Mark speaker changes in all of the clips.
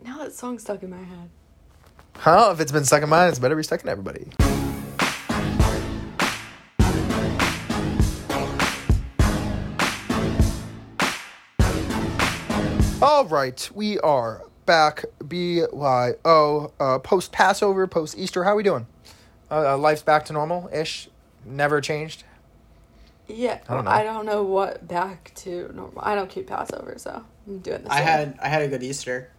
Speaker 1: that song stuck in my head.
Speaker 2: Huh? If it's been stuck in mine, it's better be stuck in everybody. All right, we are back. B Y O. Uh, post Passover, post Easter. How we doing? Uh, uh, life's back to normal ish. Never changed.
Speaker 1: Yeah,
Speaker 2: I don't know.
Speaker 1: I don't know what back to normal. I don't keep Passover, so I'm doing this.
Speaker 3: I had I had a good Easter.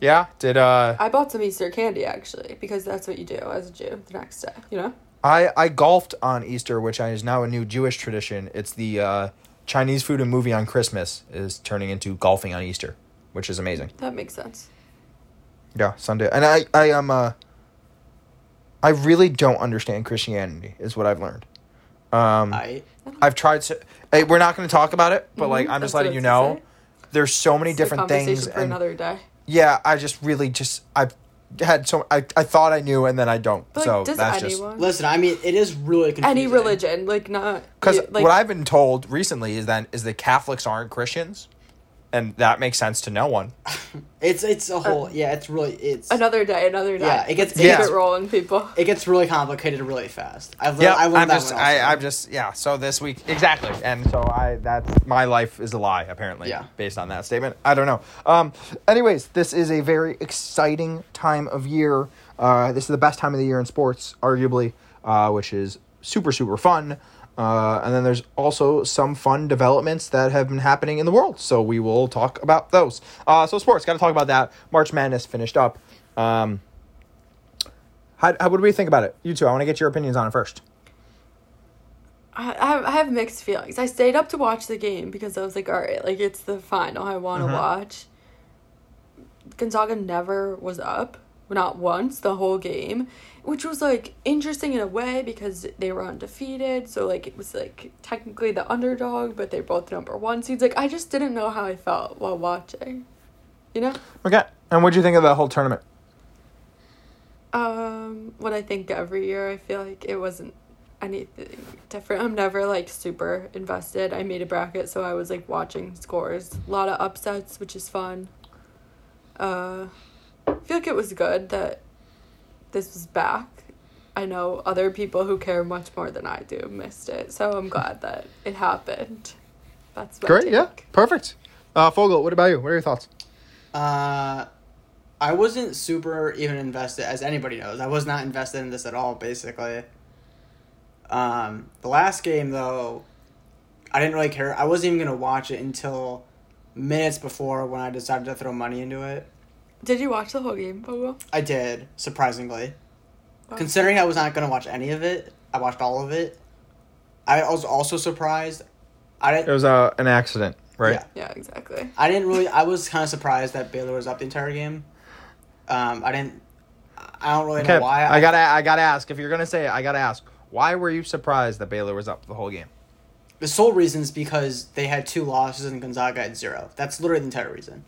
Speaker 2: Yeah. Did uh,
Speaker 1: I bought some Easter candy actually because that's what you do as a Jew the next day. You know.
Speaker 2: I I golfed on Easter, which is now a new Jewish tradition. It's the uh, Chinese food and movie on Christmas is turning into golfing on Easter, which is amazing.
Speaker 1: That makes sense.
Speaker 2: Yeah, Sunday. And I I am uh I really don't understand Christianity is what I've learned. Um
Speaker 3: I
Speaker 2: I've tried to hey, we're not going to talk about it, but like
Speaker 1: Mhm,
Speaker 2: I'm just
Speaker 1: that's
Speaker 2: letting
Speaker 1: what
Speaker 2: you
Speaker 1: it's
Speaker 2: know
Speaker 1: gonna
Speaker 2: there's so many
Speaker 1: It's a
Speaker 2: different
Speaker 1: conversation
Speaker 2: things
Speaker 1: for
Speaker 2: and
Speaker 1: another day.
Speaker 2: yeah, I just really just I had so I I thought I knew and then I don't.
Speaker 1: But
Speaker 2: so
Speaker 1: like, does
Speaker 2: that's just
Speaker 1: anyone,
Speaker 3: listen. I mean, it is really confusing.
Speaker 1: any religion, like not
Speaker 2: Because
Speaker 1: you- like
Speaker 2: what I've been told recently is that is that Catholics aren't Christians, and that makes sense to no one.
Speaker 3: It's it's a whole yeah. It's really it's
Speaker 1: Uh, another day, another day.
Speaker 3: Yeah, it gets-
Speaker 1: Let's keep
Speaker 2: yeah.
Speaker 1: it rolling, people.
Speaker 3: it gets really complicated really fast. I've learned,
Speaker 2: Yeah,
Speaker 3: I learned
Speaker 2: I'm
Speaker 3: that
Speaker 2: just
Speaker 3: one
Speaker 2: I,
Speaker 3: also.
Speaker 2: I'm just yeah. So this week exactly, and so I that's my life is a lie apparently.
Speaker 3: Yeah.
Speaker 2: Based on that statement, I don't know. Um. Anyways, this is a very exciting time of year. Uh, this is the best time of the year in sports, arguably, uh, which is super super fun. Uh, and then there's also some fun developments that have been happening in the world, so we will talk about those. Uh, so sports, got to talk about that. March Madness finished up. Um, how, how what do we think about it? You two, I want to get your opinions on it first.
Speaker 1: I, I I have mixed feelings. I stayed up to watch the game because I was like, all right, like it's the final. I want to watch. Gonzaga never was up, not once the whole game, which was like interesting in a way because they were undefeated. So like it was like technically the underdog, but they're both number one seeds. Like I just didn't know how I felt while watching, you know.
Speaker 2: Okay. And what'd you think of the whole tournament?
Speaker 1: Um, what I think every year, I feel like it wasn't anything different. I'm never like super invested. I made a bracket, so I was like watching scores. A lot of upsets, which is fun. Uh, I feel like it was good that this was back. I know other people who care much more than I do missed it, so I'm glad that it happened. That's my
Speaker 2: Great. Yeah.
Speaker 1: take.
Speaker 2: Perfect. Uh, Fogel, what about you? What are your thoughts?
Speaker 3: Uh, I wasn't super even invested, as anybody knows. I was not invested in this at all, basically. Um, the last game, though, I didn't really care. I wasn't even going to watch it until minutes before when I decided to throw money into it.
Speaker 1: Did you watch the whole game, Bogo?
Speaker 3: I did, surprisingly.
Speaker 1: Wow.
Speaker 3: Considering I was not going to watch any of it, I watched all of it. I was also surprised. I didn't.
Speaker 2: It was uh, an accident, right?
Speaker 3: Yeah.
Speaker 1: Yeah, exactly.
Speaker 3: I didn't really. I was kind of surprised that Baylor was up the entire game. Um, I didn't. I don't really
Speaker 2: Okay.
Speaker 3: know why.
Speaker 2: I gotta, I gotta ask. If you're gonna say it, I gotta ask. Why were you surprised that Baylor was up the whole game?
Speaker 3: The sole reason is because they had two losses and Gonzaga had zero. That's literally the entire reason.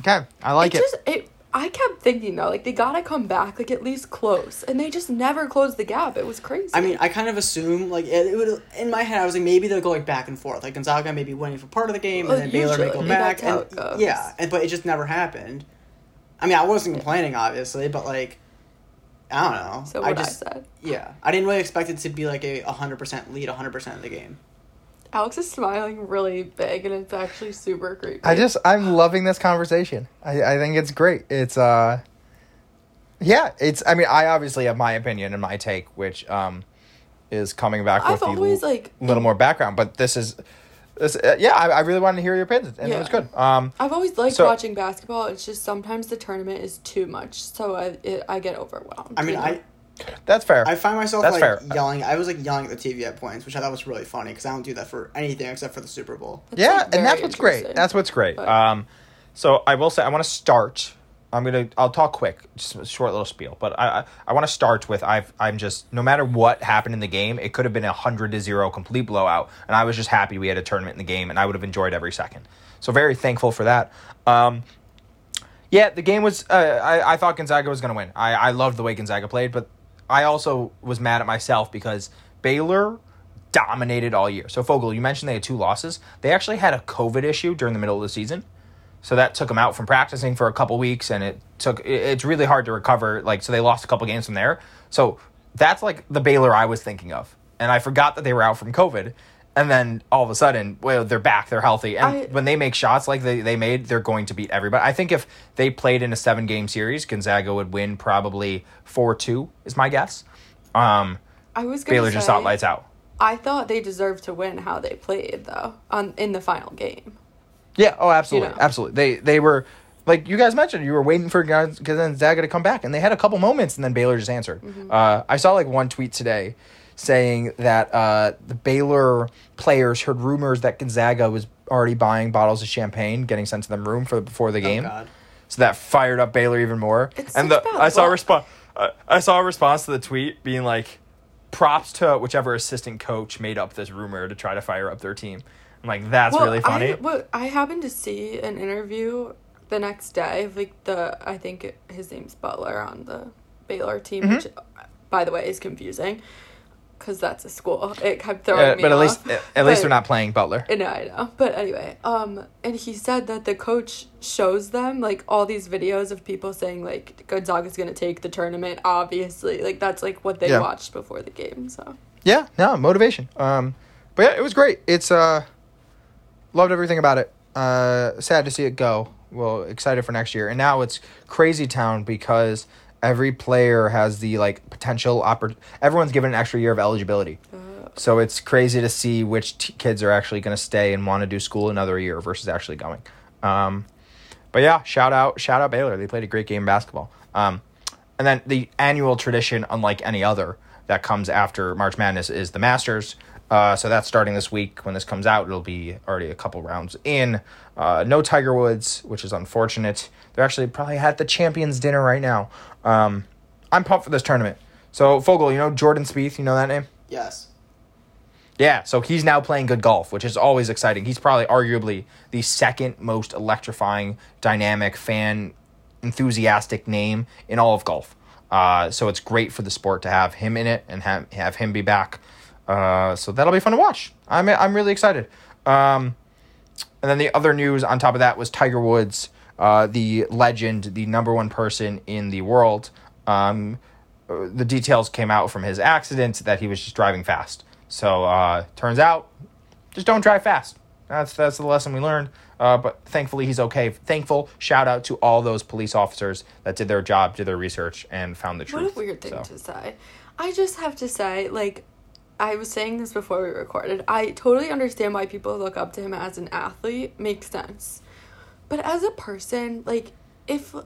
Speaker 2: Okay, I like it.
Speaker 1: Just it. I kept thinking though, like they gotta come back, like at least close, and they just never closed the gap. It was crazy.
Speaker 3: I mean, I kind of assume like it, it would in my head. I was like maybe they'll go like back and forth. Like Gonzaga maybe winning for part of the game
Speaker 1: Well,
Speaker 3: and then Baylor may go
Speaker 1: usually,
Speaker 3: back.
Speaker 1: that's how
Speaker 3: and-
Speaker 1: it goes.
Speaker 3: yeah, and but it just never happened. I mean, I wasn't complaining obviously, but like I don't know.
Speaker 1: so
Speaker 3: I
Speaker 1: what I,
Speaker 3: just
Speaker 1: said.
Speaker 3: yeah, I didn't really expect it to be like a hundred percent lead, hundred percent of the game.
Speaker 1: Alex is smiling really big, and it's actually super creepy.
Speaker 2: I just I'm loving this conversation. I, I think it's great. It's uh yeah, it's I mean I obviously have my opinion and my take which um is coming back
Speaker 1: I've
Speaker 2: with the
Speaker 1: always,
Speaker 2: l-
Speaker 1: like-
Speaker 2: little more background, but this is this uh, yeah, I, I really wanted to hear your opinions and it was
Speaker 1: Yeah.
Speaker 2: good. Um
Speaker 1: I've always liked
Speaker 2: So-
Speaker 1: watching basketball. It's just sometimes the tournament is too much, so I it, I get overwhelmed.
Speaker 3: I mean,
Speaker 1: you know?
Speaker 3: I
Speaker 2: that's fair.
Speaker 3: I find myself
Speaker 2: That's
Speaker 3: like
Speaker 2: fair.
Speaker 3: yelling. I was like yelling at the TV at points, which I thought was really funny because I don't do that for anything except for the Super Bowl.
Speaker 1: It's,
Speaker 2: yeah,
Speaker 1: like,
Speaker 2: and that's
Speaker 1: very
Speaker 2: what's great.
Speaker 1: interesting.
Speaker 2: That's what's great.
Speaker 1: But-
Speaker 2: Um, so I will say I want to start. I'm gonna. I'll talk quick, just a short little spiel. But I I, I want to start with I've I'm just no matter what happened in the game, it could have been a hundred to zero complete blowout, and I was just happy we had a tournament in the game, and I would have enjoyed every second. So very thankful for that. Um, yeah, the game was. Uh, I I thought Gonzaga was gonna win. I I loved the way Gonzaga played, but I also was mad at myself because Baylor dominated all year. So Fogel, you mentioned they had two losses. They actually had a COVID issue during the middle of the season, So that took him out from practicing for a couple weeks, and it took. it- It's really hard to recover. Like so, they lost a couple games from there. So that's like the Baylor I was thinking of, and I forgot that they were out from COVID. And then all of a sudden, well, they're back, they're healthy, and
Speaker 1: I-
Speaker 2: when they make shots like they, they made, they're going to beat everybody. I think if they played in a seven game series, Gonzaga would win probably four two is my guess. Um,
Speaker 1: I was gonna
Speaker 2: Baylor just
Speaker 1: say,
Speaker 2: out lights out.
Speaker 1: I thought they deserved to win how they played though on in the final game.
Speaker 2: Yeah. Oh, absolutely,
Speaker 1: know.
Speaker 2: absolutely. They they were like you guys mentioned. You were waiting for Gonz- Gonzaga to come back, and they had a couple moments, and then Baylor just answered.
Speaker 1: Mm-hmm.
Speaker 2: Uh, I saw like one tweet today saying that uh, the Baylor players heard rumors that Gonzaga was already buying bottles of champagne, getting sent to them room for before the game.
Speaker 3: God.
Speaker 2: So that fired up Baylor even more.
Speaker 1: Oh, It's
Speaker 2: and the,
Speaker 1: such bad
Speaker 2: I saw a
Speaker 1: luck.
Speaker 2: response. I, I saw a response to the tweet being like, "Props to whichever assistant coach made up this rumor to try to fire up their team." I'm like, that's really funny.
Speaker 1: I, well, I happened to see an interview the next day of like the I think it- his name's Butler on the Baylor team,
Speaker 2: Mm-hmm.
Speaker 1: which uh, by the way is confusing because that's a school. It kept throwing
Speaker 2: Uh,
Speaker 1: me
Speaker 2: but at least,
Speaker 1: off.
Speaker 2: at least
Speaker 1: But-
Speaker 2: they're not playing Butler.
Speaker 1: No, I know. But anyway, um, and he said that the coach shows them like all these videos of people saying like Gonzaga's gonna take the tournament. Obviously, like that's like what they
Speaker 2: Yeah.
Speaker 1: watched before the game. So
Speaker 2: yeah, no motivation. Um, but yeah, it was great. It's uh, loved everything about it. Uh, sad to see it go. Well, excited for next year. And now it's crazy town because every player has the like potential oppor- Everyone's given an extra year of eligibility. So it's crazy to see which t- kids are actually going to stay and want to do school another year versus actually going. Um, but yeah, shout out, shout out Baylor. They played a great game of basketball. Um, and then the annual tradition, unlike any other that comes after March Madness, is the Masters. Uh, so that's starting this week. When this comes out, it'll be already a couple rounds in. Uh, no Tiger Woods, which is unfortunate. They're actually probably at the Champions Dinner right now. Um, I'm pumped for this tournament. So Fogel, you know Jordan Spieth, you know that name.
Speaker 3: Yes.
Speaker 2: Yeah, so he's now playing good golf, which is always exciting. He's probably arguably the second most electrifying, dynamic, fan enthusiastic name in all of golf. Uh, so it's great for the sport to have him in it and have, have him be back. Uh, so that'll be fun to watch. I'm, I'm really excited. Um, and then the other news on top of that was Tiger Woods, uh, the legend, the number one person in the world. Um, uh, the details came out from his accident that he was just driving fast. So uh, turns out, just don't drive fast. That's that's the lesson we learned. Uh, but thankfully, he's okay. Thankful. Shout out to all those police officers that did their job, did their research, and found the truth.
Speaker 1: what a weird thing
Speaker 2: So,
Speaker 1: to say. I just have to say, like, I was saying this before we recorded. I totally understand why people look up to him as an athlete. Makes sense, but as a person, like, if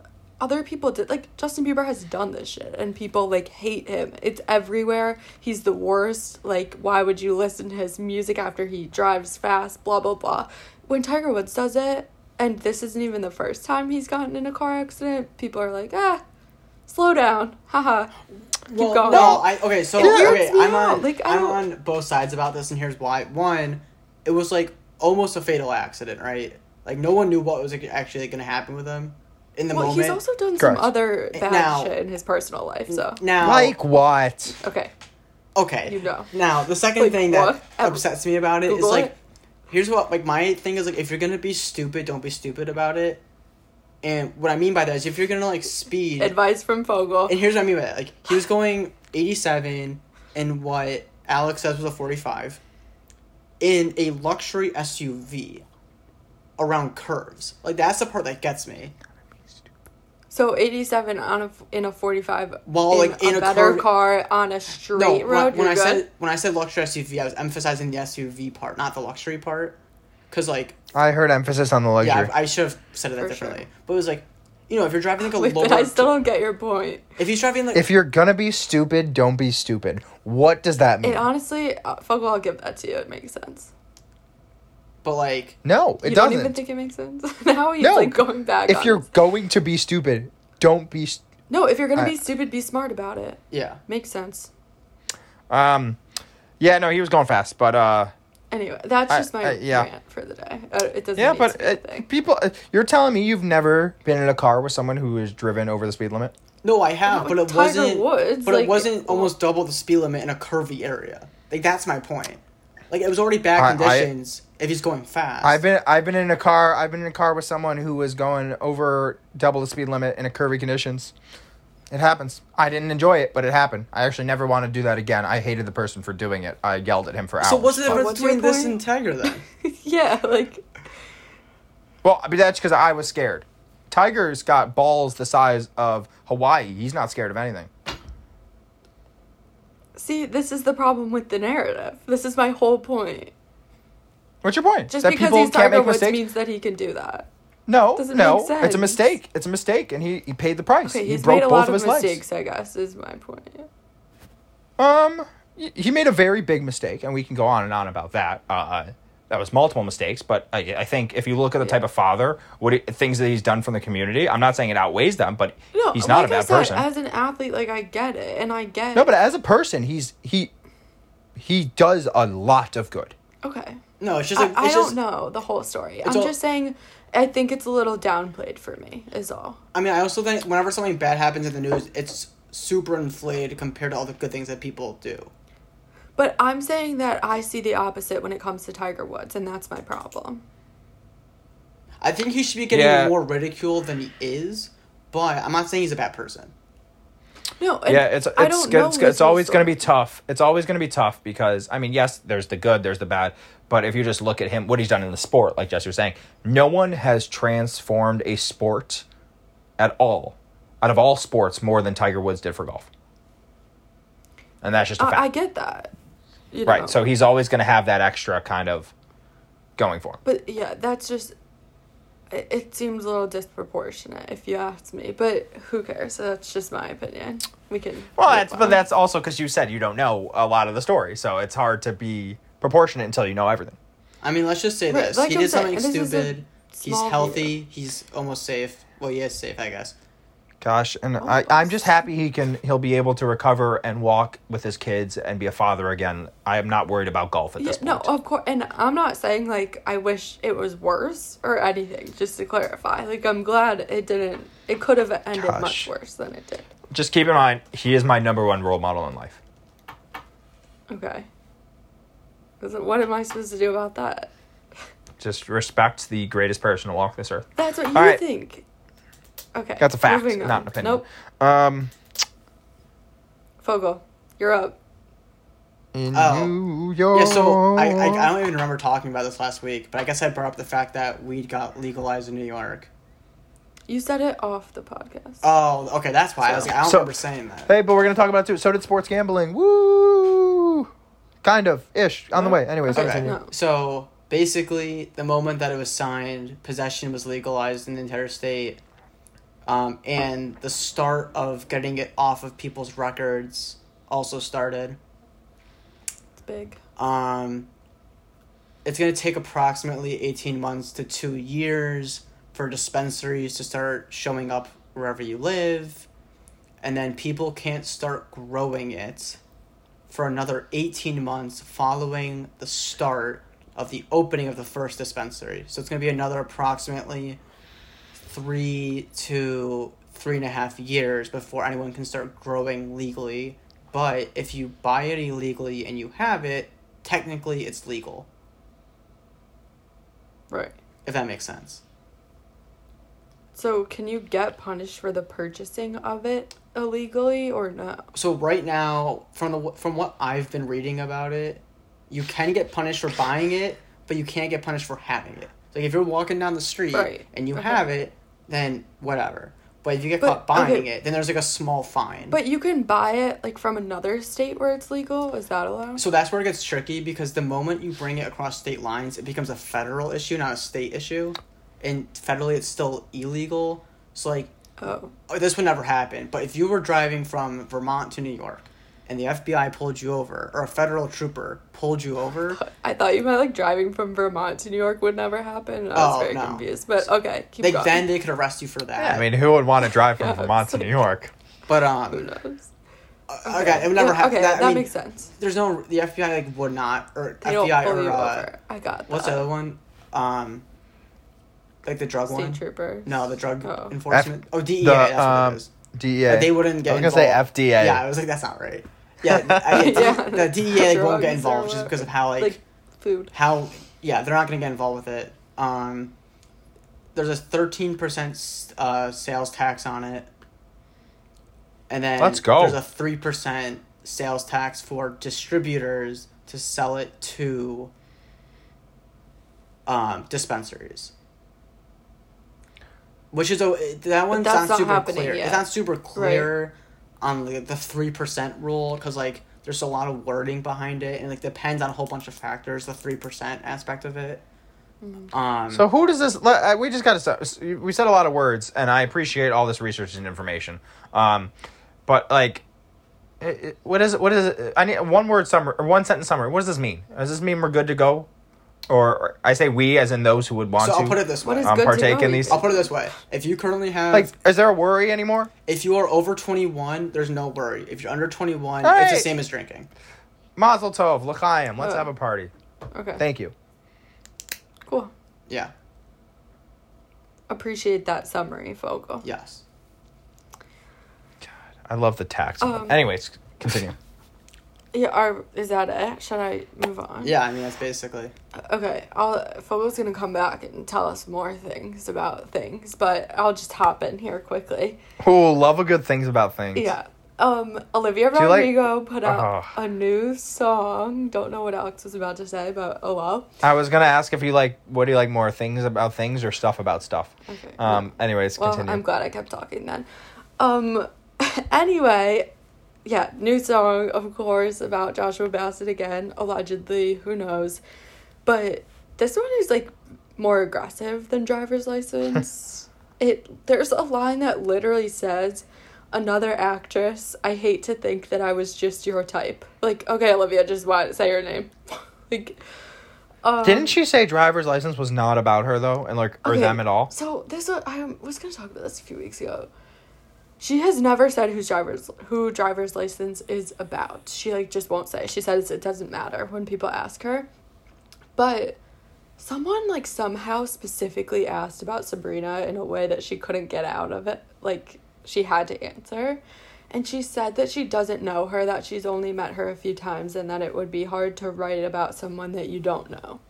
Speaker 1: other people did like Justin Bieber has done this shit and people like hate him. It's everywhere. He's the worst. Like why would you listen to his music after he drives fast, blah blah blah. When Tiger Woods does it and this isn't even the first time he's gotten in a car accident, people are like, "Ah, slow down." Haha. Keep
Speaker 3: Well,
Speaker 1: going.
Speaker 3: No, I okay. So
Speaker 1: It weirds
Speaker 3: okay,
Speaker 1: me
Speaker 3: I'm
Speaker 1: out.
Speaker 3: on.
Speaker 1: Like, I
Speaker 3: I'm
Speaker 1: don't-
Speaker 3: on both sides about this, and here's why. One, it was like almost a fatal accident, right? Like no one knew what was actually going to happen with him in the
Speaker 1: well,
Speaker 3: moment.
Speaker 1: he's also done
Speaker 2: Correct.
Speaker 1: some other bad
Speaker 3: Now-
Speaker 1: shit in his personal life, so.
Speaker 3: now,
Speaker 2: Like what?
Speaker 1: Okay.
Speaker 3: okay,
Speaker 1: you know.
Speaker 3: Now the second
Speaker 1: Like,
Speaker 3: thing
Speaker 1: what?
Speaker 3: that upsets me about it is
Speaker 1: Google
Speaker 3: like,
Speaker 1: it.
Speaker 3: here's what like my thing is like if you're gonna be stupid, don't be stupid about it. And what I mean by that is if you're gonna like speed,
Speaker 1: Advice from Fogel.
Speaker 3: and here's what I mean by that. Like he was going 87 and what Alex says was a 45 in a luxury SUV around curves. Like that's the part that gets me.
Speaker 1: So 87 on a, in a 45
Speaker 3: Well,
Speaker 1: in
Speaker 3: like, in
Speaker 1: a,
Speaker 3: a
Speaker 1: better
Speaker 3: curve-
Speaker 1: car on a straight
Speaker 3: No, when,
Speaker 1: road.
Speaker 3: when
Speaker 1: you're
Speaker 3: I
Speaker 1: good?
Speaker 3: said when I said luxury SUV, I was emphasizing the SUV part, not the luxury part. Cause like
Speaker 2: I heard emphasis on the luxury.
Speaker 3: yeah, I, I should have said it that
Speaker 1: For
Speaker 3: differently.
Speaker 1: sure.
Speaker 3: But it was like, you know, if you're driving like a
Speaker 1: Wait,
Speaker 3: lower,
Speaker 1: but I still don't get your point.
Speaker 3: if he's driving like
Speaker 2: if you're gonna be stupid, don't be stupid. What does that mean?
Speaker 1: It honestly, uh, Fogel, I'll give that to you. It makes sense.
Speaker 3: but like
Speaker 2: no, it
Speaker 1: you
Speaker 2: doesn't.
Speaker 1: don't even think it makes sense. now he's
Speaker 2: No.
Speaker 1: like going back.
Speaker 2: if
Speaker 1: on
Speaker 2: you're
Speaker 1: this.
Speaker 2: going to be stupid, don't be. St-
Speaker 1: no, if you're gonna
Speaker 2: I-
Speaker 1: be stupid, be smart about it.
Speaker 3: yeah,
Speaker 1: Makes sense.
Speaker 2: um, yeah, no, he was going fast, but uh,
Speaker 1: Anyway, that's
Speaker 2: I-
Speaker 1: just my
Speaker 2: I- yeah.
Speaker 1: rant for the day. Uh, it doesn't.
Speaker 2: yeah,
Speaker 1: need to
Speaker 2: but
Speaker 1: be a
Speaker 2: uh,
Speaker 1: thing.
Speaker 2: people, uh, you're telling me you've never been in a car with someone who is driven over the speed limit?
Speaker 3: no, I have,
Speaker 1: No,
Speaker 3: but it
Speaker 1: Tiger
Speaker 3: wasn't,
Speaker 1: Woods,
Speaker 3: but
Speaker 1: like, oh.
Speaker 3: it wasn't
Speaker 1: well-
Speaker 3: almost double the speed limit in a curvy area. Like that's my point. Like it was already bad
Speaker 2: I- I-
Speaker 3: conditions. if he's going fast,
Speaker 2: I've been I've been in a car I've been in a car with someone who was going over double the speed limit in a curvy conditions. It happens. I didn't enjoy it, but it happened. I actually never want to do that again. I hated the person for doing it. I yelled at him for hours.
Speaker 3: So what's the
Speaker 2: but-
Speaker 3: difference
Speaker 1: what's your
Speaker 3: between this
Speaker 1: point?
Speaker 3: and Tiger then?
Speaker 1: yeah, like
Speaker 2: Well, but that's because I was scared. Tiger's got balls the size of Hawaii. He's not scared of anything.
Speaker 1: see, this is the problem with the narrative. This is my whole point.
Speaker 2: What's your point?
Speaker 1: Just because he's Tiger Woods means that he can do that.
Speaker 2: no,
Speaker 1: doesn't
Speaker 2: no,
Speaker 1: make
Speaker 2: it's
Speaker 1: sense.
Speaker 2: a mistake. It's a mistake, and he, he paid the price.
Speaker 1: Okay,
Speaker 2: he
Speaker 1: he's
Speaker 2: broke
Speaker 1: made a
Speaker 2: both
Speaker 1: lot
Speaker 2: of
Speaker 1: of,
Speaker 2: his legs.
Speaker 1: mistakes, I guess, is my point.
Speaker 2: Um, y- he made a very big mistake, and we can go on and on about that. Uh, that was multiple mistakes, but I, I think if you look at the type of father, what he, things that he's done from the community, I'm not saying it outweighs them, but
Speaker 1: No,
Speaker 2: he's not
Speaker 1: like
Speaker 2: a bad
Speaker 1: I said,
Speaker 2: person.
Speaker 1: As an athlete, like I get it, and I get
Speaker 2: no, but as a person, he's he he does a lot of good.
Speaker 1: okay.
Speaker 3: No, it's just
Speaker 1: I,
Speaker 3: like
Speaker 1: I
Speaker 3: it's
Speaker 1: don't
Speaker 3: just,
Speaker 1: know the whole story. I'm
Speaker 3: all-
Speaker 1: just saying, I think it's a little downplayed for me. Is all.
Speaker 3: I mean, I also think whenever something bad happens in the news, it's super inflated compared to all the good things that people do.
Speaker 1: But I'm saying that I see the opposite when it comes to Tiger Woods, and that's my problem.
Speaker 3: I think he should be getting
Speaker 2: Yeah.
Speaker 3: more ridicule than he is, but I'm not saying he's a bad person.
Speaker 1: No, and
Speaker 2: yeah, it's
Speaker 1: I
Speaker 2: it's
Speaker 1: don't
Speaker 2: good.
Speaker 1: know
Speaker 2: It's, good.
Speaker 1: his
Speaker 2: it's always
Speaker 1: whole
Speaker 2: going to be
Speaker 1: story.
Speaker 2: tough. It's always going to be tough because I mean, yes, there's the good, there's the bad, but if you just look at him, what he's done in the sport, like Jesse was saying, no one has transformed a sport at all, out of all sports, more than Tiger Woods did for golf, and that's just a fact,
Speaker 1: I, I get that. You
Speaker 2: right?
Speaker 1: know.
Speaker 2: So he's always going to have that extra kind of going for him.
Speaker 1: But yeah, that's just. It, it seems a little disproportionate, if you ask me. But who cares? That's just my opinion. We can.
Speaker 2: Well,
Speaker 1: move
Speaker 2: that's, but
Speaker 1: on.
Speaker 2: that's also because you said you don't know a lot of the story, so it's hard to be proportionate until you know everything.
Speaker 3: I mean, let's just say
Speaker 1: Right,
Speaker 3: this:
Speaker 1: like
Speaker 3: he
Speaker 1: I'm
Speaker 3: did
Speaker 1: saying,
Speaker 3: something
Speaker 1: this is a
Speaker 3: stupid. He's
Speaker 1: small
Speaker 3: healthy. He's almost safe. Well, he is safe, I guess.
Speaker 2: Gosh, and
Speaker 1: Oh,
Speaker 2: I, I'm just happy he can he'll be able to recover and walk with his kids and be a father again. I am not worried about golf at
Speaker 1: Yeah,
Speaker 2: this
Speaker 1: no,
Speaker 2: point.
Speaker 1: of course, and I'm not saying like I wish it was worse or anything. Just to clarify, like I'm glad it didn't. It could have ended
Speaker 2: Gosh.
Speaker 1: much worse than it did.
Speaker 2: Just keep in mind, he is my number one role model in life.
Speaker 1: Okay. 'Cause What am I supposed to do about that?
Speaker 2: Just respect the greatest person to walk this earth.
Speaker 1: That's what you
Speaker 2: right.
Speaker 1: think. Okay.
Speaker 2: That's a fact,
Speaker 1: moving on.
Speaker 2: not an opinion.
Speaker 1: Nope.
Speaker 2: Um,
Speaker 1: Fogel, you're up.
Speaker 2: in
Speaker 3: Oh.
Speaker 2: New York.
Speaker 3: Yeah, so I, I,
Speaker 2: Oh.
Speaker 3: I don't even remember talking about this last week, but I guess I brought up the fact that weed got legalized in New York.
Speaker 1: You said it off the podcast.
Speaker 2: Uh,
Speaker 3: Oh, okay, that's why I was like, I don't
Speaker 2: So-
Speaker 3: remember saying that.
Speaker 2: Hey, but we're gonna talk about it too. So did sports gambling. Woo, kind of ish on the way. Anyways,
Speaker 1: Okay.
Speaker 2: continue.
Speaker 1: No.
Speaker 3: So basically, the moment that it was signed, possession was legalized in the entire state, um, and the start of getting it off of people's records also started.
Speaker 1: It's big.
Speaker 3: Um, it's going to take approximately 18 months to two years for dispensaries to start showing up wherever you live. And then people can't start growing it for another 18 months following the start of the opening of the first dispensary. So it's going to be another approximately three to three and a half years before anyone can start growing legally. But if you buy it illegally and you have it, technically it's legal,
Speaker 1: Right.
Speaker 3: if that makes sense.
Speaker 1: So, can you get punished for the purchasing of it illegally or no?
Speaker 3: So right now, from the from what I've been reading about it, you can get punished for buying it, but you can't get punished for having it. Like if you're walking down the street
Speaker 1: Right.
Speaker 3: and you
Speaker 1: Okay.
Speaker 3: have it, then whatever. But if you get
Speaker 1: But-
Speaker 3: caught buying
Speaker 1: okay.
Speaker 3: it, then there's like a small fine.
Speaker 1: But you can buy it like from another state where it's legal. Is that allowed?
Speaker 3: So that's where it gets tricky because the moment you bring it across state lines, it becomes a federal issue, not a state issue. And federally, it's still illegal. So, like,
Speaker 1: Oh,
Speaker 3: oh, this would never happen. But if you were driving from Vermont to New York and the FBI pulled you over, or a federal trooper pulled you over,
Speaker 1: I thought you meant like driving from Vermont to New York would never happen. and I was
Speaker 3: Oh,
Speaker 1: very
Speaker 3: no.
Speaker 1: confused. But okay, keep
Speaker 3: they,
Speaker 1: going.
Speaker 3: then they could arrest you for that.
Speaker 2: I mean, who would want to drive from
Speaker 1: Yeah,
Speaker 2: Vermont to
Speaker 1: it's-
Speaker 2: New York?
Speaker 3: but,
Speaker 1: Who
Speaker 3: um,
Speaker 1: knows?
Speaker 3: okay, it would never
Speaker 1: Yeah,
Speaker 3: happen.
Speaker 1: Okay,
Speaker 3: that,
Speaker 1: that,
Speaker 3: I mean,
Speaker 1: makes sense.
Speaker 3: There's no, the FBI, like, would not, or
Speaker 1: They don't
Speaker 3: FBI,
Speaker 1: pull
Speaker 3: or,
Speaker 1: you
Speaker 3: uh,
Speaker 1: over. I got
Speaker 3: what's the
Speaker 1: that.
Speaker 3: other one? Um, like the drug one?
Speaker 1: State troopers.
Speaker 3: No, the drug
Speaker 1: Oh.
Speaker 3: enforcement. oh, DEA.
Speaker 2: The,
Speaker 3: that's what
Speaker 2: um,
Speaker 3: it is.
Speaker 2: DEA.
Speaker 3: But they wouldn't
Speaker 2: I
Speaker 3: get.
Speaker 2: was gonna
Speaker 3: involved.
Speaker 2: say FDA.
Speaker 3: Yeah, I was like, that's not right. Yeah, I,
Speaker 1: Yeah.
Speaker 3: the DEA
Speaker 1: Drugs
Speaker 3: like, won't
Speaker 1: or
Speaker 3: get involved just because of how like,
Speaker 1: Like food.
Speaker 3: how yeah they're not going to get involved with it um there's a 13% uh, sales tax on it and then
Speaker 2: Let's go.
Speaker 3: there's a 3% sales tax for distributors to sell it to um, dispensaries which is a that one's
Speaker 1: that's
Speaker 3: not
Speaker 1: not
Speaker 3: super
Speaker 1: happening
Speaker 3: clear.
Speaker 1: yet.
Speaker 3: It's not super clear on the the three percent rule because like there's a lot of wording behind it and like depends on a whole bunch of factors. The three percent aspect of it.
Speaker 1: Mm-hmm.
Speaker 3: Um,
Speaker 2: So who does this? le- uh, We just got to. We said a lot of words, and I appreciate all this research and information. Um, but like, i- i- what is it? What is it? I need one word summary or one sentence summary. What does this mean? Does this mean we're good to go? Or, or I say we as in those who would want
Speaker 3: so
Speaker 2: to.
Speaker 3: I'll put it this
Speaker 1: What
Speaker 3: way.
Speaker 1: is
Speaker 2: Um,
Speaker 1: good
Speaker 2: partake
Speaker 1: to
Speaker 2: in
Speaker 1: know?
Speaker 2: these-
Speaker 3: I'll put it this way. If you currently have,
Speaker 2: like, is there a worry anymore?
Speaker 3: if you are over twenty one, there's no worry. If you're under twenty one,
Speaker 2: All
Speaker 3: it's the
Speaker 2: right.
Speaker 3: same as drinking.
Speaker 2: Mazel tov, l'chaim. Let's
Speaker 3: Uh.
Speaker 1: Oh.
Speaker 2: have a party.
Speaker 1: okay.
Speaker 2: Thank you.
Speaker 1: cool.
Speaker 3: Yeah.
Speaker 1: Appreciate that summary, Fogel.
Speaker 3: Yes.
Speaker 2: I love the tax.
Speaker 1: Um,
Speaker 2: Anyways, continue.
Speaker 1: Yeah, are, is that it? Should I move on?
Speaker 3: Yeah. I mean that's basically.
Speaker 1: Okay, I'll, Fogel's gonna come back and tell us more things about things, but I'll just hop in here quickly.
Speaker 2: Who love a good things about things.
Speaker 1: Yeah. Um, Olivia
Speaker 2: you like-
Speaker 1: Rodrigo put out
Speaker 2: Oh.
Speaker 1: a new song. Don't know what Alex was about to say, but oh well.
Speaker 2: I was gonna ask if you like what do you like more things about things or stuff about stuff.
Speaker 1: Okay.
Speaker 2: Um. Anyways,
Speaker 1: Well,
Speaker 2: continue.
Speaker 1: I'm glad I kept talking then. Um, anyway, yeah, new song, of course, about Joshua Bassett again, allegedly, who knows. But this one is like more aggressive than driver's license. it there's a line that literally says, Another actress, I hate to think that I was just your type. Like, okay, Olivia, just why say your name. like um,
Speaker 2: Didn't she say driver's license was not about her though, and like or
Speaker 1: Okay,
Speaker 2: them at all?
Speaker 1: So this was, I was gonna talk about this a few weeks ago. She has never said whose driver's who driver's license is about. She like just won't say. She says it doesn't matter when people ask her. But someone like somehow specifically asked about Sabrina in a way that she couldn't get out of it. Like she had to answer. And she said that she doesn't know her, that she's only met her a few times, and that it would be hard to write about someone that you don't know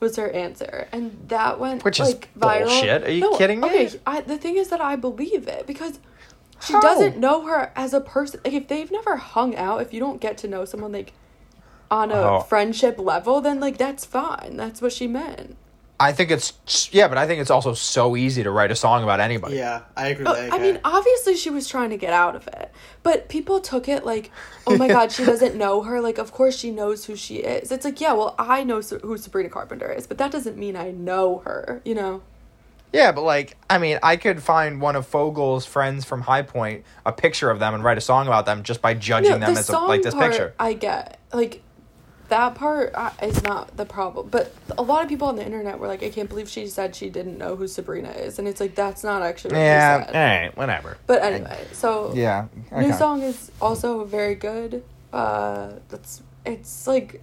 Speaker 1: was her answer, and that went
Speaker 2: Which is
Speaker 1: like viral.
Speaker 2: bullshit. Are you kidding me?
Speaker 1: Okay, I, the thing is that I believe it because she
Speaker 2: How?
Speaker 1: doesn't know her as a person. Like if they've never hung out, if you don't get to know someone like on a
Speaker 2: Oh.
Speaker 1: friendship level, then like that's fine. That's what she meant.
Speaker 2: I think it's yeah, but I think it's also so easy to write a song about anybody.
Speaker 3: Yeah. I agree.
Speaker 1: Oh,
Speaker 3: with that,
Speaker 1: I
Speaker 3: okay.
Speaker 1: mean, obviously she was trying to get out of it, but people took it like, "Oh my God, she doesn't know her." Like, of course she knows who she is. It's like, yeah, well, I know Sa- who Sabrina Carpenter is, but that doesn't mean I know her. You know?
Speaker 2: Yeah, but like I mean, I could find one of Fogel's friends from High Point, a picture of them, and write a song about them just by judging
Speaker 1: No,
Speaker 2: them
Speaker 1: the
Speaker 2: as a,
Speaker 1: song
Speaker 2: like this
Speaker 1: part,
Speaker 2: picture.
Speaker 1: I get like that part uh, is not the problem, but a lot of people on the internet were like, "I can't believe she said she didn't know who Sabrina is," and it's like that's not actually what she
Speaker 2: Yeah.
Speaker 1: said.
Speaker 2: All right. Whatever.
Speaker 1: But anyway, so
Speaker 2: Yeah.
Speaker 1: new
Speaker 2: okay.
Speaker 1: song is also very good. Uh, that's it's like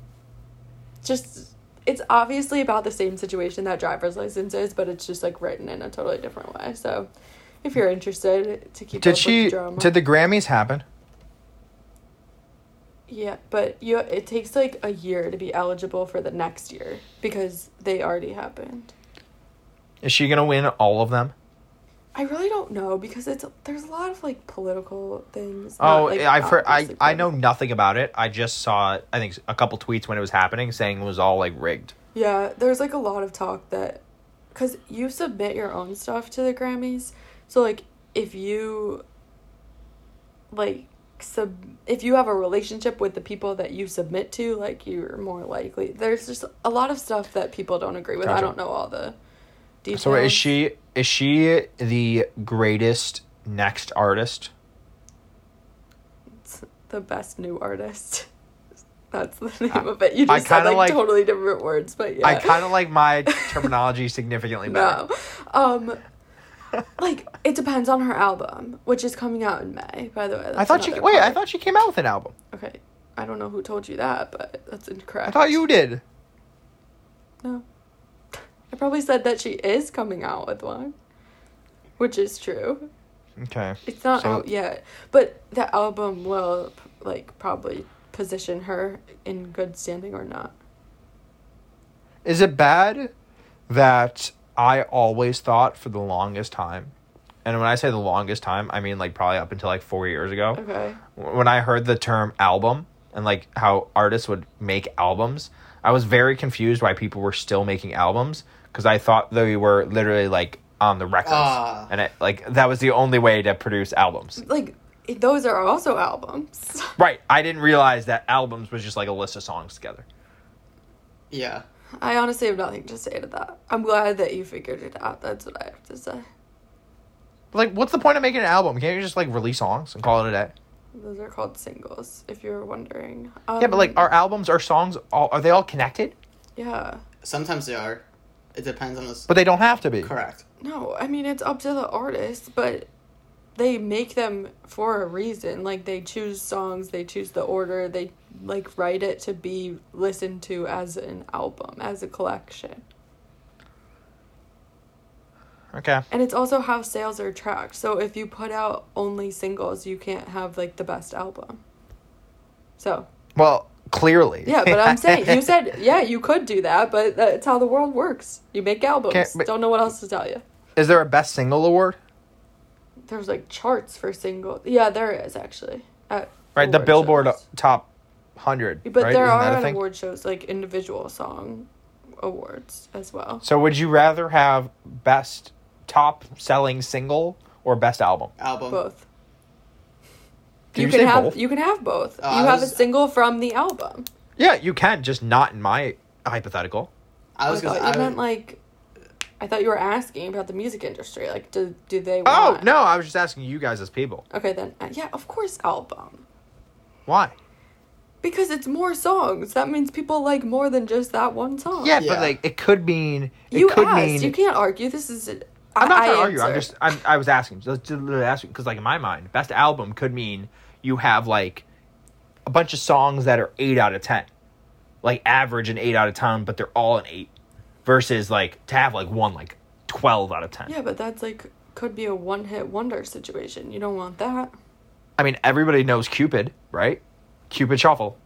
Speaker 1: just it's obviously about the same situation that driver's license is, but it's just like written in a totally different way. So if you're interested to keep up
Speaker 2: Did she?
Speaker 1: with the drama.
Speaker 2: Did the Grammys happen?
Speaker 1: Yeah, but you it takes like a year to be eligible for the next year because they already happened.
Speaker 2: Is she gonna win all of them?
Speaker 1: I really don't know because it's there's a lot of like political things. not,
Speaker 2: Oh,
Speaker 1: like,
Speaker 2: I've heard. I,
Speaker 1: obviously
Speaker 2: I know
Speaker 1: political.
Speaker 2: nothing about it. I just saw. I think a couple tweets when it was happening saying it was all like rigged.
Speaker 1: Yeah, there's like a lot of talk that cuz you submit your own stuff to the Grammys. So like if you like sub if you have a relationship with the people that you submit to, like you're more likely. There's just a lot of stuff that people don't agree with. I
Speaker 2: Gotcha.
Speaker 1: don't know all the details.
Speaker 2: So is she? Is she the greatest next artist?
Speaker 1: the best new artist. That's the name of it. You
Speaker 2: I
Speaker 1: just said
Speaker 2: kinda
Speaker 1: like,
Speaker 2: like-
Speaker 1: totally different words, but yeah.
Speaker 2: I kind of like my terminology significantly better.
Speaker 1: no. Um, like it depends on her album, which is coming out in May. By the way,
Speaker 2: I
Speaker 1: That's
Speaker 2: thought she.
Speaker 1: another
Speaker 2: Wait, I
Speaker 1: part.
Speaker 2: thought she came out with an album.
Speaker 1: Okay, I don't know who told you that, but that's incorrect.
Speaker 2: I thought you did.
Speaker 1: No, I probably said that she is coming out with one, which is true.
Speaker 2: Okay.
Speaker 1: It's not
Speaker 2: So-
Speaker 1: out yet, but the album will like probably position her in good standing or not.
Speaker 2: Is it bad that I always thought for the longest time, and when I say the longest time, I mean like probably up until like four years ago,
Speaker 1: Okay.
Speaker 2: when I heard the term album and like how artists would make albums, I was very confused why people were still making albums because I thought they were literally like on the records,
Speaker 3: Ah.
Speaker 2: and it, like that was the only way to produce albums.
Speaker 1: Like it- those are also albums.
Speaker 2: Right, I didn't realize that albums was just like a list of songs together.
Speaker 3: Yeah.
Speaker 1: I honestly have nothing to say to that. I'm glad that you figured it out. That's what I have to say.
Speaker 2: Like, what's the point of making an album? Can't you just like release songs and call it a day?
Speaker 1: Those are called singles, if you were wondering. Um,
Speaker 2: Yeah, but like, are albums, are songs, all, are they all connected?
Speaker 1: yeah.
Speaker 3: Sometimes they are. It depends on the. s-
Speaker 2: But they don't have to be.
Speaker 3: Correct.
Speaker 1: No, I mean it's up to the artist, but they make them for a reason. Like they choose songs, they choose the order, they like write it to be listened to as an album, as a collection.
Speaker 2: Okay.
Speaker 1: And it's also how sales are tracked. So if you put out only singles, you can't have like the best album. So,
Speaker 2: Well, clearly.
Speaker 1: yeah, but I'm saying you said yeah, you could do that, but that's how the world works. You make albums.
Speaker 2: Can't- but-
Speaker 1: Don't know what else to tell you.
Speaker 2: Is there a best single award?
Speaker 1: There's like charts for singles. Yeah, there is actually. At
Speaker 2: Right, the
Speaker 1: award
Speaker 2: Billboard
Speaker 1: shows.
Speaker 2: top hundred.
Speaker 1: But
Speaker 2: right?
Speaker 1: there
Speaker 2: Isn't
Speaker 1: are
Speaker 2: that a
Speaker 1: on
Speaker 2: thing?
Speaker 1: award shows like individual song awards as well.
Speaker 2: So would you rather have best top selling single or best album?
Speaker 3: Album.
Speaker 1: Both.
Speaker 2: Did you
Speaker 1: can
Speaker 2: say
Speaker 1: have
Speaker 2: both?
Speaker 1: you can have both.
Speaker 3: Uh,
Speaker 1: you
Speaker 3: I
Speaker 1: have
Speaker 3: was-
Speaker 1: a single from the album.
Speaker 2: Yeah, you can, just not in my hypothetical.
Speaker 3: I
Speaker 1: I,
Speaker 3: was gonna.
Speaker 1: thought
Speaker 3: say-
Speaker 1: you
Speaker 3: I
Speaker 1: meant
Speaker 3: would-
Speaker 1: like I thought you were asking about the music industry. Like do do they
Speaker 2: Oh
Speaker 1: want
Speaker 2: no, I was just asking you guys as people.
Speaker 1: Okay then. Uh, Yeah, of course album.
Speaker 2: Why?
Speaker 1: Because it's more songs. That means people like more than just that one song.
Speaker 2: Yeah,
Speaker 3: Yeah.
Speaker 2: but like it could mean it
Speaker 1: You
Speaker 2: could
Speaker 1: asked.
Speaker 2: mean
Speaker 1: you can't argue. This is an
Speaker 2: I'm not
Speaker 1: I-
Speaker 2: trying to
Speaker 1: I
Speaker 2: argue. I'm
Speaker 1: answered.
Speaker 2: just I'm, I was asking. Just just literally asking because like in my mind, best album could mean you have like a bunch of songs that are eight out of ten, like average and eight out of ten, but they're all an eight. Versus like to have like one like twelve out of ten.
Speaker 1: Yeah, but that's like could be a one hit wonder situation. You don't want that.
Speaker 2: I mean everybody knows Cupid, right? Cupid Shuffle,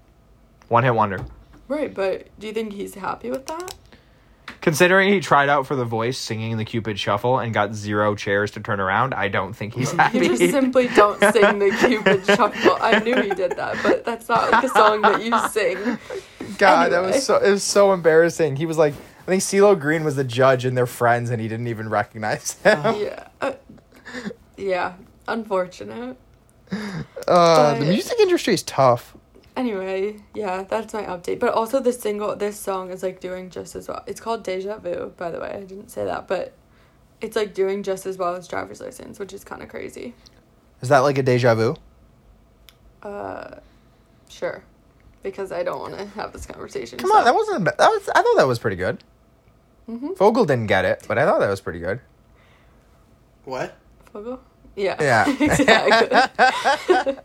Speaker 2: one hit wonder.
Speaker 1: Right, but do you think he's happy with that?
Speaker 2: Considering he tried out for The Voice singing the Cupid Shuffle and got zero chairs to turn around, I don't think he's happy.
Speaker 1: You just simply don't sing the Cupid Shuffle. I knew he did that, but that's not like a song that you sing.
Speaker 2: God, that
Speaker 1: Anyway.
Speaker 2: was so it was so embarrassing. He was like, I think CeeLo Green was the judge and their friends, and he didn't even recognize him.
Speaker 1: Yeah. Uh, yeah, unfortunate.
Speaker 2: Uh, the
Speaker 1: But-
Speaker 2: music industry is tough.
Speaker 1: Anyway, yeah, that's my update. But also, this single, this song is like doing just as well. It's called Deja Vu, by the way. I didn't say that, but it's like doing just as well as Driver's License, which is kind of crazy.
Speaker 2: Is that like a deja vu?
Speaker 1: Uh, sure. Because I don't want to have this conversation.
Speaker 2: Come on, that wasn't. That was. I thought that was pretty good.
Speaker 1: hmm
Speaker 2: Vogel didn't get it, but I thought that was pretty good.
Speaker 3: What?
Speaker 1: Fogel? Yeah.
Speaker 2: Yeah.
Speaker 1: exactly.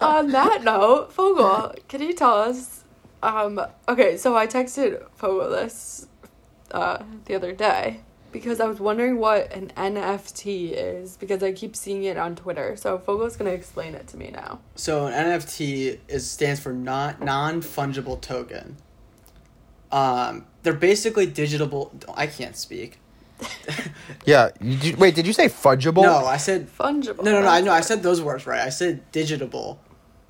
Speaker 1: On that note, Fogel, can you tell us? Um, okay, so I texted Fogel this uh, the other day because I was wondering what an NFT is because I keep seeing it on Twitter. So Fogel's going to explain it to me now.
Speaker 3: So an NFT is stands for non non fungible token. Um, they're basically digital. I can't speak.
Speaker 2: Yeah. You, did- wait, did you say fudgeable?
Speaker 3: No, I said
Speaker 1: Fungible.
Speaker 3: No, no, no. I know. I
Speaker 1: that's
Speaker 3: said those words right. I said digitable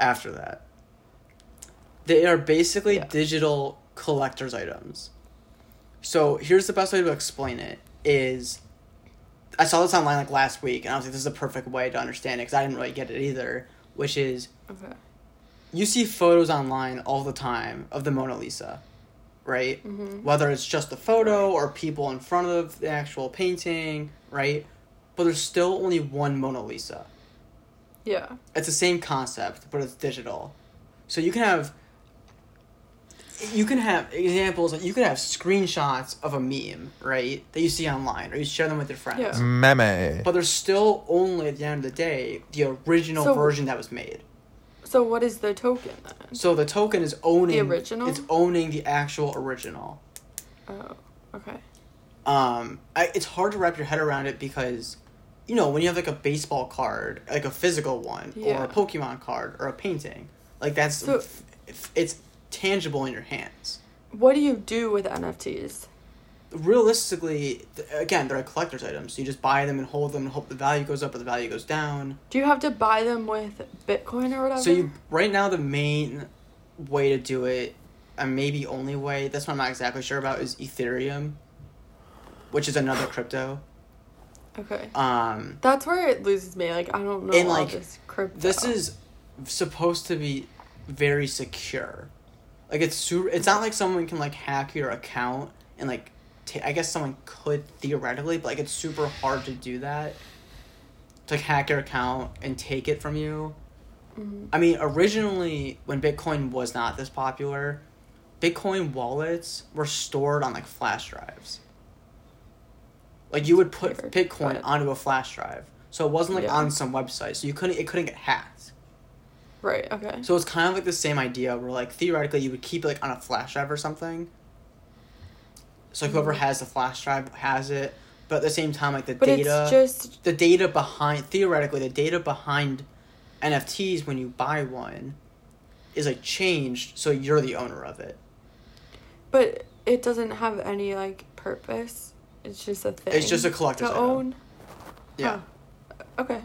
Speaker 3: after that. They are basically
Speaker 1: Yeah.
Speaker 3: digital collector's items. So here's the best way to explain it is I saw this online like last week and I was like, this is the perfect way to understand it because I didn't really get it either, which is
Speaker 1: it. Okay.
Speaker 3: you see photos online all the time of the Mona Lisa, right?
Speaker 1: Mm-hmm.
Speaker 3: Whether it's just a photo or people in front of the actual painting, right? But there's still only one Mona Lisa
Speaker 1: Yeah.
Speaker 3: it's the same concept, but it's digital. So you can have you can have examples like you can have screenshots of a meme, right? That you see online or you share them with your friends.
Speaker 2: Mm.
Speaker 1: Yeah.
Speaker 2: Meme.
Speaker 3: But there's still only at the end of the day the original
Speaker 1: So-
Speaker 3: version that was made.
Speaker 1: So what is the token then?
Speaker 3: So the token is owning
Speaker 1: original?
Speaker 3: It's owning the actual original.
Speaker 1: Oh, okay.
Speaker 3: um I, it's hard to wrap your head around it because you know when you have like a baseball card like a physical one or
Speaker 1: Yeah.
Speaker 3: a pokemon card or a painting like that's
Speaker 1: So-
Speaker 3: f- f- it's tangible in your hands
Speaker 1: What do you do with NFTs?
Speaker 3: Realistically, th- again, they're like collector's items. You just buy them and hold them and hope the value goes up or the value goes down.
Speaker 1: Do you have to buy them with Bitcoin or whatever?
Speaker 3: So you right now the main way to do it, and maybe only way. That's what I'm not exactly sure about is Ethereum, which is another crypto.
Speaker 1: okay.
Speaker 3: Um,
Speaker 1: That's where it loses me. Like I don't know
Speaker 3: And,
Speaker 1: all
Speaker 3: like,
Speaker 1: this crypto.
Speaker 3: this is supposed to be very secure. Like it's super. It's not like someone can like hack your account and like. ta- I guess someone could theoretically, but like it's super hard to do that. To hack your account and take it from you.
Speaker 1: Mhm.
Speaker 3: I mean, originally when Bitcoin was not this popular, Bitcoin wallets were stored on like flash drives. Like you would put
Speaker 1: Weird,
Speaker 3: Bitcoin
Speaker 1: but-
Speaker 3: onto a flash drive, so it wasn't like
Speaker 1: Yeah.
Speaker 3: on some website, so you couldn't it couldn't get hacked.
Speaker 1: right. Okay.
Speaker 3: So it's kind of like the same idea where like theoretically you would keep it like on a flash drive or something. So like, whoever has the flash drive has it, but at the same time like the
Speaker 1: Hmm. But
Speaker 3: data
Speaker 1: it's just
Speaker 3: the data behind theoretically the data behind NFTs when you buy one is like changed so you're the owner of it.
Speaker 1: but it doesn't have any like purpose. It's just a thing.
Speaker 3: just a collector's
Speaker 1: to
Speaker 3: item.
Speaker 1: own.
Speaker 3: Yeah.
Speaker 1: Okay.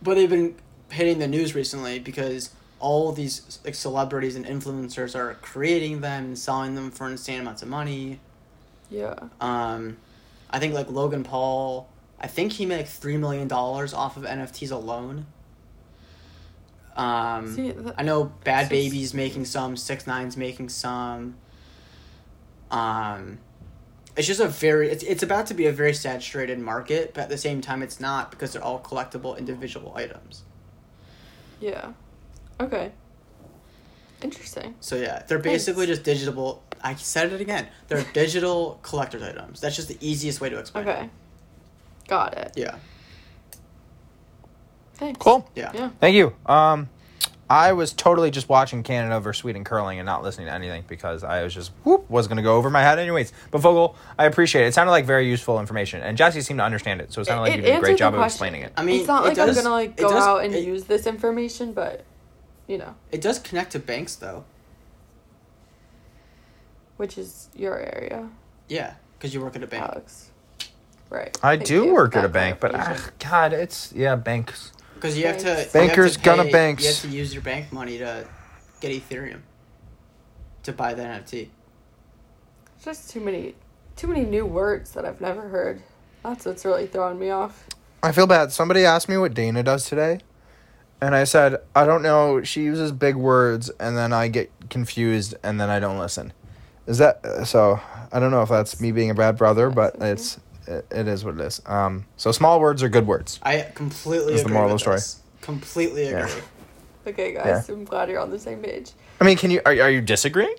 Speaker 3: But they've been hitting the news recently because all these like celebrities and influencers are creating them and selling them for insane amounts of money.
Speaker 1: Yeah.
Speaker 3: Um I think like Logan Paul, I think he made like 3 million dollars off of NFTs alone. Um
Speaker 1: See, th-
Speaker 3: I know Bad
Speaker 1: Six-
Speaker 3: Baby's making some, Six Nine's making some. Um, it's just a very it's it's about to be a very saturated market, but at the same time, it's not because they're all collectible individual items.
Speaker 1: yeah. Okay. Interesting.
Speaker 3: So yeah, they're basically just digital. I said it again. They're digital collector's items. That's just the easiest way to explain. it.
Speaker 1: Okay. Got it.
Speaker 3: Yeah.
Speaker 1: Thanks.
Speaker 2: Cool.
Speaker 3: Yeah.
Speaker 1: Yeah.
Speaker 2: Thank you. Um, I was totally just watching Canada versus Sweden curling and not listening to anything because I was just whoop was gonna go over my head anyways. But Vogel, I appreciate it. It sounded like very useful information, and Jesse seemed to understand it, so it sounded like
Speaker 1: It-
Speaker 2: you
Speaker 1: it
Speaker 2: did a great
Speaker 1: answered the
Speaker 2: job of
Speaker 1: question. Um,
Speaker 2: explaining it.
Speaker 3: I mean,
Speaker 1: it's not
Speaker 3: it
Speaker 1: like
Speaker 3: does-
Speaker 1: I'm gonna like
Speaker 3: it
Speaker 1: go
Speaker 3: does-
Speaker 1: out and
Speaker 3: it-
Speaker 1: use this information, but you know,
Speaker 3: It does connect to banks though.
Speaker 1: which is your area,
Speaker 3: Yeah, because you work at a bank.
Speaker 1: Alex. Right.
Speaker 2: I
Speaker 1: Thank
Speaker 2: do
Speaker 1: you.
Speaker 2: work at
Speaker 1: That
Speaker 2: a bank, but
Speaker 1: clarification.
Speaker 2: ugh, God, it's yeah, banks.
Speaker 3: Because you have to. you have to
Speaker 2: Bankers gonna
Speaker 3: pay-
Speaker 2: banks.
Speaker 3: You have to use your bank money to get Ethereum to buy the NFT.
Speaker 1: It's just too many, too many new words that I've never heard. That's what's really throwing me off.
Speaker 2: I feel bad. Somebody asked me what Dana does today, and I said I don't know. She uses big words, and then I get confused, and then I don't listen. Is that uh, so? I don't know if that's me being a bad brother, but it's it, it is what it is. Um, so small words are good words.
Speaker 3: I completely
Speaker 2: That's the
Speaker 3: agree.
Speaker 2: moral
Speaker 3: with
Speaker 2: of the
Speaker 3: this. Completely
Speaker 2: Yeah.
Speaker 3: agree.
Speaker 1: Okay, guys, I'm glad you're on the same page.
Speaker 2: I mean, can you are are you disagreeing?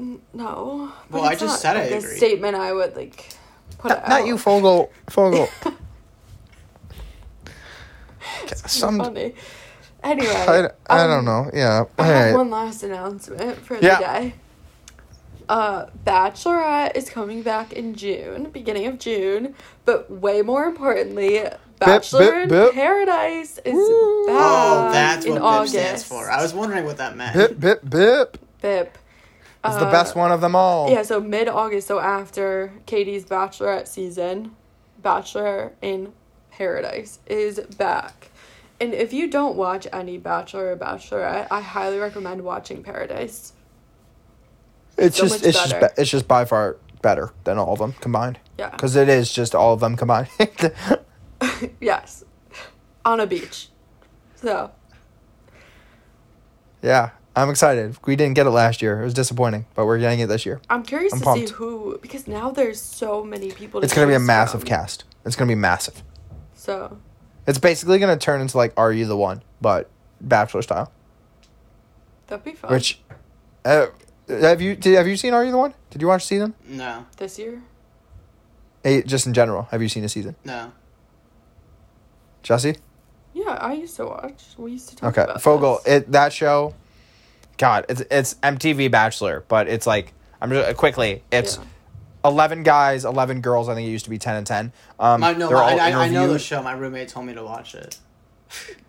Speaker 1: N- No. but
Speaker 3: Well, I
Speaker 1: it's
Speaker 3: just
Speaker 1: not,
Speaker 3: said I
Speaker 1: like,
Speaker 3: agree.
Speaker 1: A statement I would like put
Speaker 2: Not,
Speaker 1: out.
Speaker 2: not you, Fogel. Fogel. Some
Speaker 1: Funny. Anyway,
Speaker 2: I, I
Speaker 1: um,
Speaker 2: don't know. Yeah.
Speaker 1: I have
Speaker 2: Alright.
Speaker 1: one last announcement for
Speaker 2: Yeah.
Speaker 1: the day. Uh, Bachelorette is coming back in June, beginning of June, but way more importantly, Bachelor
Speaker 2: bip,
Speaker 1: in
Speaker 2: bip.
Speaker 1: Paradise is
Speaker 2: Woo.
Speaker 1: back
Speaker 3: Oh, that's
Speaker 1: Uh, in
Speaker 3: what BIP
Speaker 1: August.
Speaker 3: stands for. I was wondering what that meant.
Speaker 2: Bip bip bip.
Speaker 1: Bip.
Speaker 2: It's
Speaker 1: Uh,
Speaker 2: the best one of them all.
Speaker 1: Yeah, so mid August, so after Katie's Bachelorette season, Bachelor in Paradise is back. And if you don't watch any Bachelor or Bachelorette, I highly recommend watching Paradise.
Speaker 2: It's
Speaker 1: so
Speaker 2: just
Speaker 1: much
Speaker 2: it's just
Speaker 1: better.
Speaker 2: be- it's just by far better than all of them combined.
Speaker 1: Yeah.
Speaker 2: Because it is just all of them combined.
Speaker 1: Yes. On a beach. So,
Speaker 2: yeah, I'm excited. We didn't get it last year. It was disappointing, but we're getting it this year.
Speaker 1: I'm curious
Speaker 2: I'm
Speaker 1: to
Speaker 2: pumped.
Speaker 1: see who, because now there's so many people. To
Speaker 2: It's gonna be a
Speaker 1: choose
Speaker 2: massive
Speaker 1: from.
Speaker 2: cast. It's gonna be massive.
Speaker 1: So,
Speaker 2: It's basically gonna turn into like Are You the One, but Bachelor style.
Speaker 1: that'd be fun.
Speaker 2: Which, uh, have you did, have you seen Are You the One? Did you watch season?
Speaker 3: No,
Speaker 1: This year?
Speaker 2: Hey, just in general, have you seen a season,
Speaker 3: no.
Speaker 2: Jesse?
Speaker 1: Yeah, I used to watch. We used to talk
Speaker 2: Okay,
Speaker 1: about
Speaker 2: Fogel.
Speaker 1: this.
Speaker 2: It that show. God, it's it's MTV Bachelor, but it's like I'm just uh, quickly. It's
Speaker 1: Yeah.
Speaker 2: eleven guys, eleven girls. I think it used to be ten and ten. Um,
Speaker 3: My, no,
Speaker 2: they're
Speaker 3: my,
Speaker 2: all
Speaker 3: I, I know the
Speaker 2: interviewed.
Speaker 3: show. My roommate told me to watch it.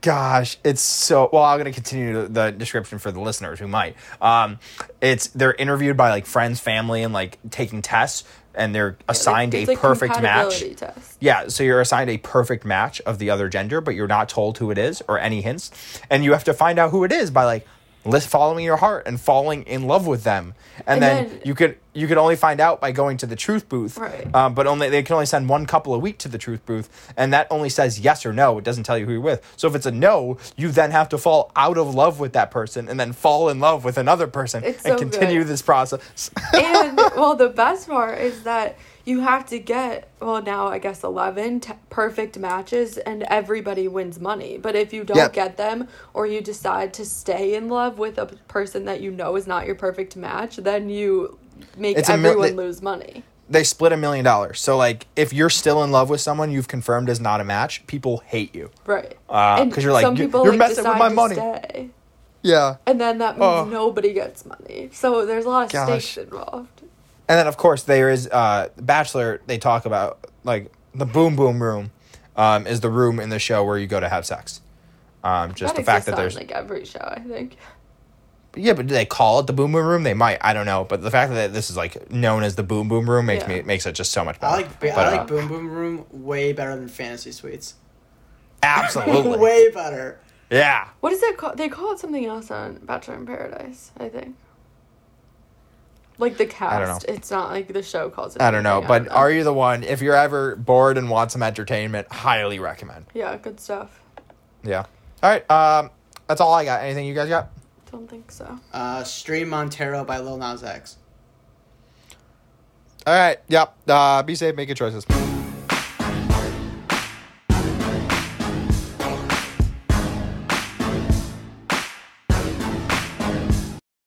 Speaker 2: Gosh, it's so well. I'm gonna continue the description for the listeners who might. Um, it's they're interviewed by like friends, family, and like taking tests, and they're assigned
Speaker 1: It's
Speaker 2: a
Speaker 1: like
Speaker 2: perfect match.
Speaker 1: compatibility test.
Speaker 2: Yeah, so you're assigned a perfect match of the other gender, but you're not told who it is or any hints, and you have to find out who it is by like list following your heart and falling in love with them,
Speaker 1: And
Speaker 2: and, then,
Speaker 1: then-
Speaker 2: you could you could only find out by going to the truth booth,
Speaker 1: Right.
Speaker 2: um, but only they can only send one couple a week to the truth booth, and that only says yes or no. It doesn't tell you who you're with. So if it's a no, you then have to fall out of love with that person, and then fall in love with another person,
Speaker 1: It's
Speaker 2: and
Speaker 1: so
Speaker 2: continue
Speaker 1: good.
Speaker 2: this process.
Speaker 1: and well the best part is that you have to get well now i guess 11 t- perfect matches and everybody wins money but if you don't
Speaker 2: Yep.
Speaker 1: get them or you decide to stay in love with a person that you know is not your perfect match then you make
Speaker 2: It's a mil-
Speaker 1: everyone
Speaker 2: they-
Speaker 1: lose money
Speaker 2: they split a million dollars. So like if you're still in love with someone you've confirmed is not a match, people hate you.
Speaker 1: right
Speaker 2: Ah,
Speaker 1: And
Speaker 2: 'cause you're like,
Speaker 1: some
Speaker 2: "You-
Speaker 1: people
Speaker 2: you're
Speaker 1: like,
Speaker 2: messing with
Speaker 1: decide
Speaker 2: my
Speaker 1: to
Speaker 2: money."
Speaker 1: stay.
Speaker 2: Yeah.
Speaker 1: and then that means
Speaker 2: Oh.
Speaker 1: nobody gets money so there's a lot of
Speaker 2: Gosh.
Speaker 1: stakes involved
Speaker 2: And then of course there is uh Bachelor they talk about like the boom boom room um is the room in the show where you go to have sex. Um just
Speaker 1: that
Speaker 2: the fact
Speaker 1: exists
Speaker 2: that there's
Speaker 1: on, like every show i think
Speaker 2: Yeah, but do they call it the boom boom room? They might. I don't know, but the fact that this is like known as the boom boom room makes
Speaker 1: Yeah.
Speaker 2: me makes it just so much better.
Speaker 3: I like
Speaker 2: But,
Speaker 3: I like
Speaker 2: uh,
Speaker 3: Boom Boom Room way better than Fantasy Suites.
Speaker 2: absolutely.
Speaker 3: way better.
Speaker 2: Yeah.
Speaker 1: What is it called? They call it something else on Bachelor in Paradise, I think. Like the cast.
Speaker 2: don't know.
Speaker 1: It's not like the show calls it.
Speaker 2: I don't know,
Speaker 1: anything,
Speaker 2: but are you the one if you're ever bored and want some entertainment, highly recommend.
Speaker 1: Yeah, good stuff.
Speaker 2: Yeah. All right. Um, that's all I got. Anything you guys got?
Speaker 1: Don't think so.
Speaker 3: Uh, Stream Montero by Lil Nas X.
Speaker 2: All right. Yep. Uh, be safe. Make good choices.